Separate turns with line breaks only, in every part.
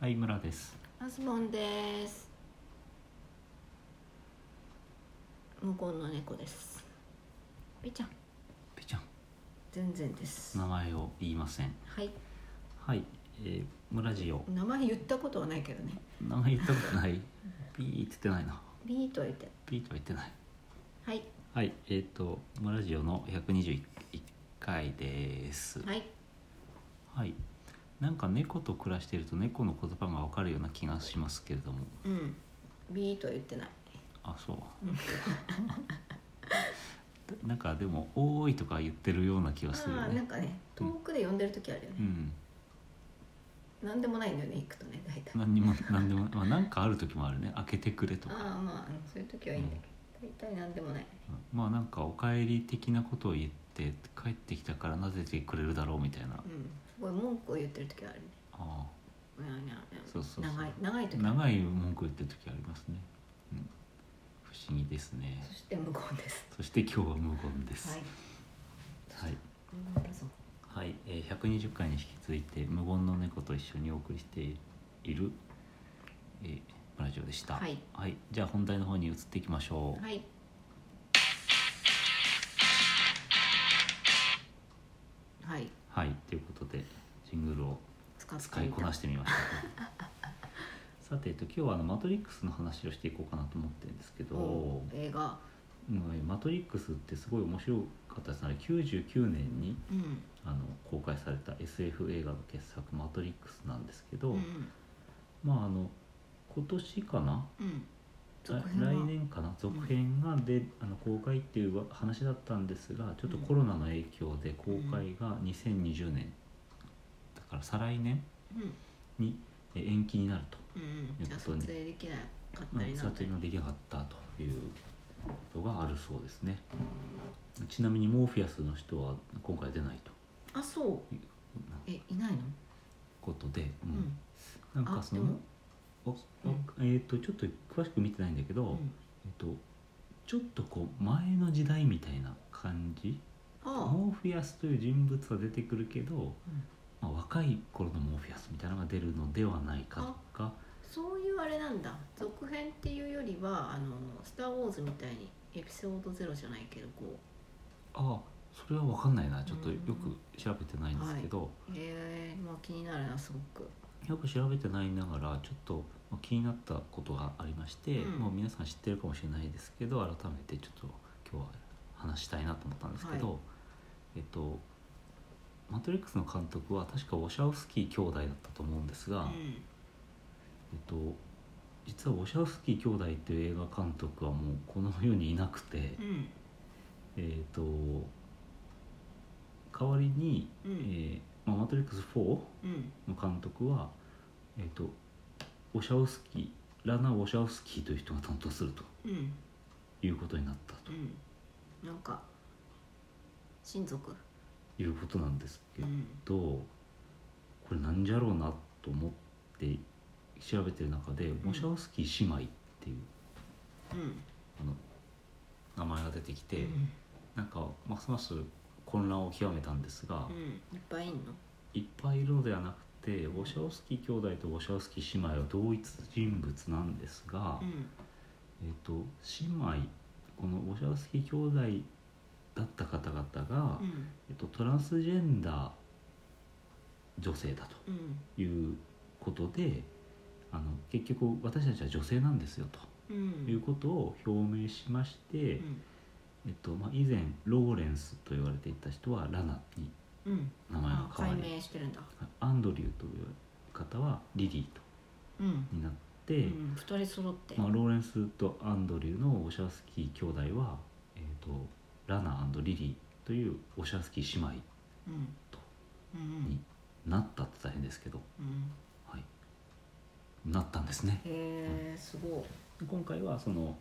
はい村です
アスボンです向こうの猫ですピちゃん
ぺちゃん
全然です
名前を言いません
はい
はい、えー、村ジオ
名前言ったことはないけどね
名前言ったことない ピーって言ってないな
ビートいて
ピーとは言ってない
はい
はいえっ、ー、と村ジオの121回です
はい
はいなんか猫と暮らしてると猫の言葉がわかるような気がしますけれども
うんビートは言ってない
あ そうなんかでも「おーい」とか言ってるような気がするよ
ああなん
ね
かね遠くで呼んでる時あるよね
う、ん
なんでもないんだよね行くとね大体
何にも何でも、まあ、なんかある時もあるね「開けてくれ」とか
ああまあうんそういう時はいいんだけど、大体なんでもない
まあなんか「おかえり」的なことを言って帰ってきたからなぜてくれるだろうみたいなあ
うんすごい文句を言ってる時はあるね
あ
うにゃうにゃうにゃ
そうそうそう
長い長い時
長い文句言ってる時ありますね、うん、不思議ですね
そして無言です
そして今日は無言です
はい
はい、
無言だぞ
はいえー120回に引き続いて無言の猫と一緒にお送りしている、えーラジオでした
はい、
じゃあ本題の方に移っていきましょう、
はいはい
はい、ということでシングルを
使ってみた
使いこなしてみましたさて、えっと、今日はあの「マトリックス」の話をしていこうかなと思ってるんですけど、
お映画
うんマトリックス」ってすごい面白かったですねあれ99年に
うん
あの公開された SF 映画の傑作「マトリックス」なんですけど、
うん
まああの今年かな
うん
来
続編は
来年かな続編がで、あの公開っていう話だったんですがちょっとコロナの影響で公開が2020年だから再来年
うん
にえ延期になると。
うん
えっと
うんじゃあ撮影できなかったりな
撮
んか
影ができなかったということがあるそうですねちなみにモーフィアスの人は今回出ないと
あそう
いう
えいないの
ことで、う
うんん
なんかそ
あで
の
も
おおえっ、とちょっと詳しく見てないんだけど、
うん
えっとちょっとこう前の時代みたいな感じ
あ
モーフィアスという人物は出てくるけど、
うん
まあ、若い頃のモーフィアスみたいなのが出るのではないかとか
そういうあれなんだ続編っていうよりは「あのスター・ウォーズ」みたいにエピソードゼロじゃないけどこ
ああそれは分かんないなちょっとよく調べてないんですけど、
うへえまあ気になるなすごく
よく調べてないながらちょっとまあ気になったことがありまして、
うん
もう皆さん知ってるかもしれないですけど改めてちょっと今日は話したいなと思ったんですけど、
は
えっと「マトリックス」の監督は確かウォシャウスキー兄弟だったと思うんですが、
う
えっ
ん
と、実はウォシャウスキー兄弟っていう映画監督はもうこの世にいなくて、
うん
えっと代わりに、
うん
えーまあマトリックス4」
うん
の監督は、えー、とウォシャウスキーラナ・ウォシャウスキーという人が担当すると
うん
いうことになったと
うんなんか親族
いうことなんですけ
うん
ど、これなんじゃろうなと思って調べてる中で、ウォシャウスキー姉妹っていう
うん
あの名前が出てきて、
うん
なんかますます混乱を極めたんですが、
うんいっぱいいんの
いっぱいいるのではなくてウォシャウスキー兄弟とウォシャウスキー姉妹は同一人物なんですが。
うん
えっと姉妹このウォシャウスキー兄弟だった方々が、
うん
えっと、トランスジェンダー女性だ
うん
ということであの結局私たちは女性なんですよ
う
というんことを表明しまして、
うん
えっとまあ、以前ローレンスと言われていた人はラナに
うん
名前が
あ
変わ
解
り
明してるんだ
アンドリューという方はリリーと
うん
になって。
うん二人揃って
まあ、ローレンスとアンドリューのオシャウスキー兄弟は、えー、とラナリリーというオシャウスキー姉妹
うん
と
うん
なったって大変ですけど、
うん
はい、なったんですね
へえすごい
今回はその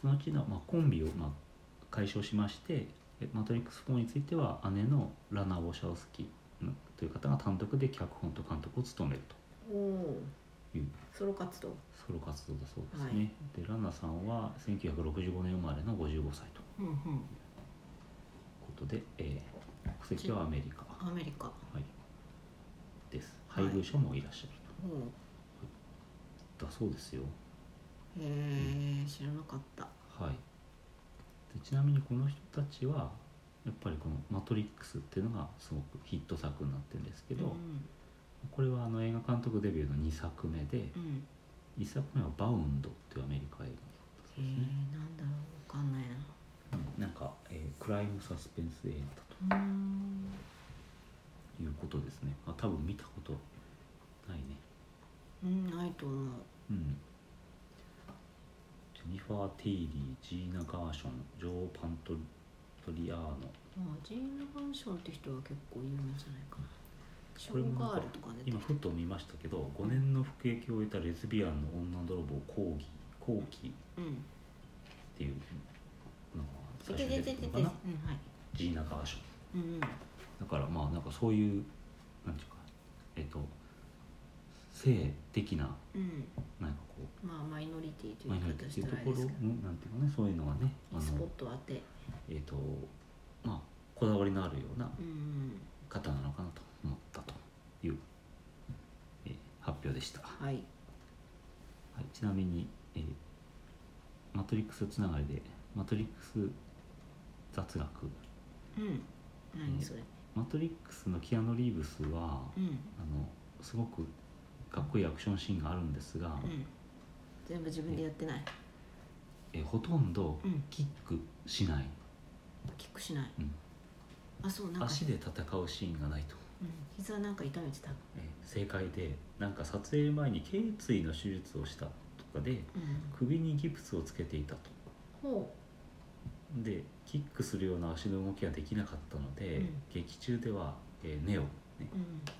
そのうちの、まあ、コンビを、まあ、解消しましてえマトリックス4については姉のラナ・オシャウスキーうんという方が単独で脚本と監督を務める
おお
という
ソロ活動
ソロ活動だそうですね、でラナさんは1965年生まれの55歳と
うんうん
ことで、えー国籍はアメリカ、は
アメリカ
い、です
は
配
い
偶者もいらっしゃると、
ほ
だそうですよ
うへえ知らなかった
はいでちなみにこの人たちはやっぱりこの「マトリックス」っていうのがすごくヒット作になってるんですけど、
うん
これはあの映画監督デビューの2作目で
うん
1作目は「バウンド」っていうアメリカ映画だっ
へ
た
え
んですね、
なんだろうわかんないな
うんなんか、えークライムサスペンス映画だ
うーん
ということですねあ多分見たことないね
うんないと思う
うんジェニファー・テイリージーナ・ガーションジョー・パントリアーノ
あジーナ・マンションって人は結構有名じゃないかなショ
これも
ー
なんか
ガールとか出て
今
る
ふっと見ましたけど5年の服役を終えたレズビアンの女泥棒コーギーコーキーっ
うん
ていうのが
出
最初
て出
に
て
出て
出
く
て
る
う
の
ん
か
はい
なジーナ・ガーション
うんうん
だからまあなんかそういうなんていうかえっと性的な
うん
なんかこ
まあマイノリティと
うマ
い
イノ
う言
リ
い
ティ
方
っいうとこ
してたらあれで
ろ
すけ
のなんていうかねそういうのがねあ
どスポッ
の
ト当て
えっとまあこだわりのあるような
うんうん
方なのかなと思ったという、えー発表でした、は
はい
い、ちなみに、えーマトリックスつながりでマトリックス雑学
うん何それ
マトリックスのキアヌ・リーブスは
うん
あのすごくかっこいいアクションシーンがあるんですが、
うん全部自分でやってない
えーほとんど
うん
キックしない、
キックしない
うん
あそうなんか
足で戦うシーンがないと、
うん膝なんか痛めてた
えー正解でなんか撮影前に頸椎の手術をしたとかで
うん
首にギプスをつけていたと
ほ
でキックするような足の動きができなかったので、
うん
劇中では、えーネオ、ね
う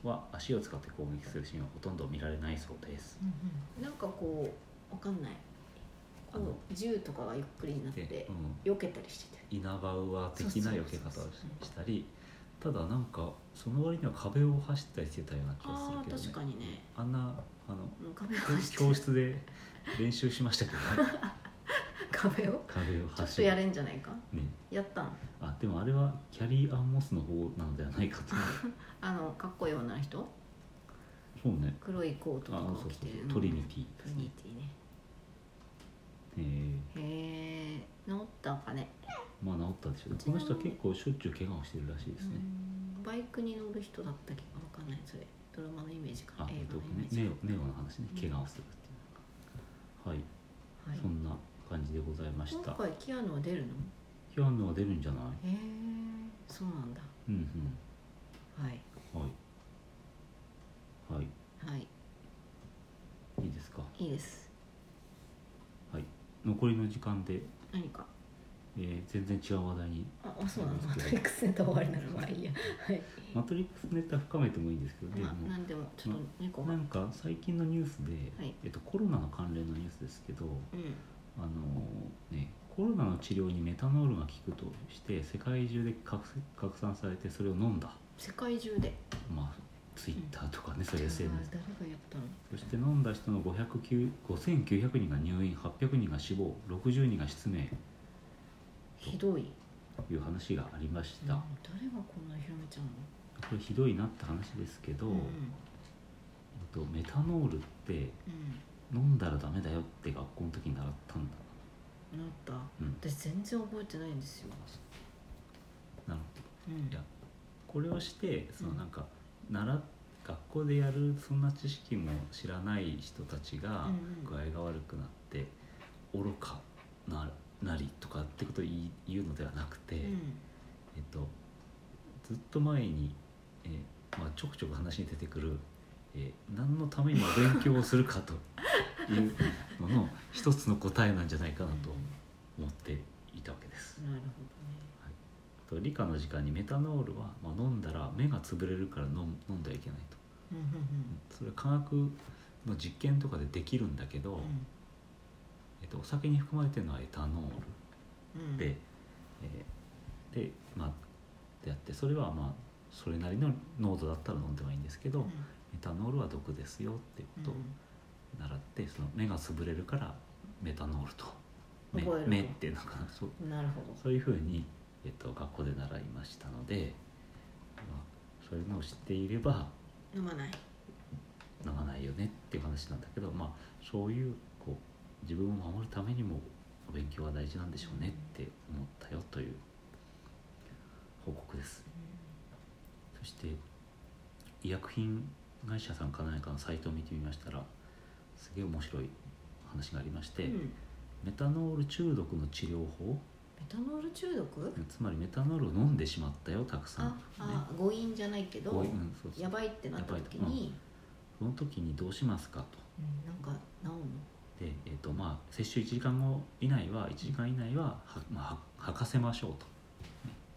うん
は足を使って攻撃するシーンはほとんど見られないそうです。
なんかこうわかんないこ
あの
う銃とかがゆっくりになって
で、うん、
避けたりしてて
イナバウアー的な避け方
そうそうそう
を
そう
したりただなんかその割には壁を走ったりしてたような気がする
あ
け
あ
ど、ね、
確かにね
あんなあ の
うん壁を
教
走って
教室で練習しましたけど、ね、
壁を
壁を
ちょっ
走
とや
る、
れんじゃないか
ね、
やったん
あでもあれはキャリー・アンモスの方なのではないかと
あのかっこいい女の人
そうね
黒いコートと
あ
か
そう
を
そう
着て
そううんトリニティ
ト
で
リ
す
ニ
ね、
ティね
えー
へえ治ったんかね
まあ治ったでしょうこの人は結構しょっちゅう怪我をしてるらしいですね、
うんバイクに乗る人だったっけかわかんないそれドラマのイメージか
あ
映
えっと
画のイメ
ね
ージ
ネオネオの話ね怪我をするっていうのが、はい、
はい
そんな感じでございました
今回キアヌは出るの
批判のは出るんじゃない
へえそうなんだ
うん
はい
うんはいはい
はい
いいですか
いいです
はい残りの時間で、
何か
えー全然違う話題に
ああそうなのマトリックスネタ終わりならまあいいやはい
マトリックスネタ深めてもいいんですけどね、
まあ
もう
何でもちょっと猫が
なんか最近のニュースで、
はい
えっと、コロナの関連のニュースですけど
うん
あの、ね、コロナの治療にメタノールが効くとして世界中で拡拡散されてそれを飲んだ
世界中で
まあツイッターとかね、そういう
誰が
SNS
やったの
そして飲んだ人の509 5900人が入院800人が死亡60人が失明
ひどい、
という話がありまし
うん、
た、
誰がこんな広めちゃうの
これひどいなって話ですけど、
うん
えっとメタノールって
う
飲んだらダメだよって学校の時に習ったんだ
んなった
うん
私全然覚えてないんですよ、
なるほ
うん
いやどこれをしてその
うん
なんか習っ学校でやるそんな知識も知らない人たちが
うんうん
具合が悪くなって愚かななりとかってことを言い言うのではなくて、
うん
えっと、ずっと前に、えーまあ、ちょくちょく話に出てくる、えー何のためにお勉強をするかと いうのの一つの答えなんじゃないかなと思っていたわけです。
なる
と理科の時間にメタノールは、まあ、飲んだら目が潰れるから飲む飲んではいけないと。
ほどねうんうん
それは科学の実験とかでできるんだけど、えっと、お酒に含まれてるのはエタノール。
うんうん
で、えーでまあであってそれはまあそれなりの濃度だったら飲んではいいんですけど、
うん
メタノールは毒ですよってことを習って、その目が潰れるからメタノールと目
覚えると
目ってなんかそう
うんなるほど
そういうふうに、えっと、学校で習いましたので、まあ、そういうのを知っていれば
飲まない
飲まないよねっていう話なんだけど、まあ、そういうこう自分を守るためにもお勉強は大事なんでしょうねって思ったよという報告ですそして医薬品会社さんか何かのサイトを見てみましたらすげえ面白い話がありまして、
うんメ
メタノール中毒の治療法
タノール中毒
つまりメタノールを飲んでしまったよたくさん、
ああ誤飲じゃないけ
こ
ど
ういううんそうそう
やばいってなった時に
その時にどうしますかと
うんなんか治んの
で、えーとまあ、接種1時間後以内は1時間以内はは、まあ、は履かせましょうと、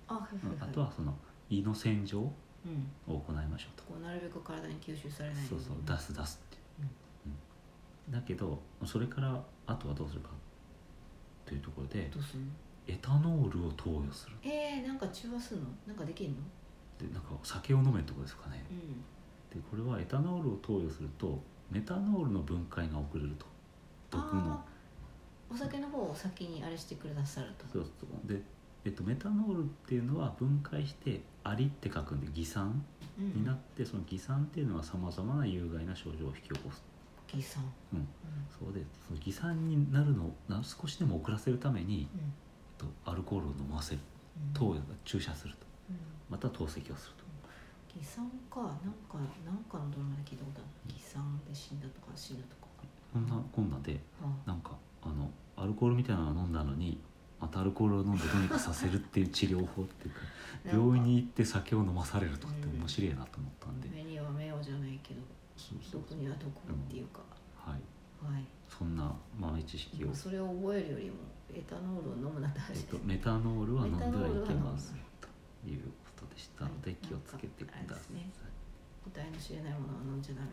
あはい
うん
はい
あ
はい
とはその胃の洗浄を
うん
行いましょうと、
こうなるべく体に吸収されないよ
そう
に
そう出す出すって、うんだけどそれからあとはどうするかというところで
どうすんの
エタノールを投与する
えー、なんか中和するのなんかできるの
でなんか酒を飲めってことですかね
うん
でこれはエタノールを投与するとメタノールの分解が遅れると毒の
あーお酒の方を先にあれしてくださると
そうそうで、えっと、メタノールっていうのは分解して「アリ」って書くんで偽酸
うん
になってその偽酸っていうのはさまざまな有害な症状を引き起こす
ギさん
うん
うん
そうでその偽酸になるのをな少しでも遅らせるために、
うん
えっと、アルコールを飲ませる
うん
投与注射すると
うん
また透析をすると
偽酸かなんかなんかのドラマで聞いたことある偽酸で死んだとか死ぬとか
こんなこんなで
あ
なんかあのアルコールみたいなのを飲んだのにまたアルコールを飲んでどうにかさせるっていう治療法っていうか
なんか
病院に行って酒を飲まされるとかって面白いなと思ったんで、
目には目をじゃないけど
そうそう
毒には毒っていうか、
はい
はい
そんな豆知識を、
それを覚えるよりもエタノールを飲むなって
え
話で
っ
す、
と、メタノールは飲んではいけません
メ
ということでしたので気をつけてください。
はいなんかあれですね答えの知れないものは飲んじゃダメ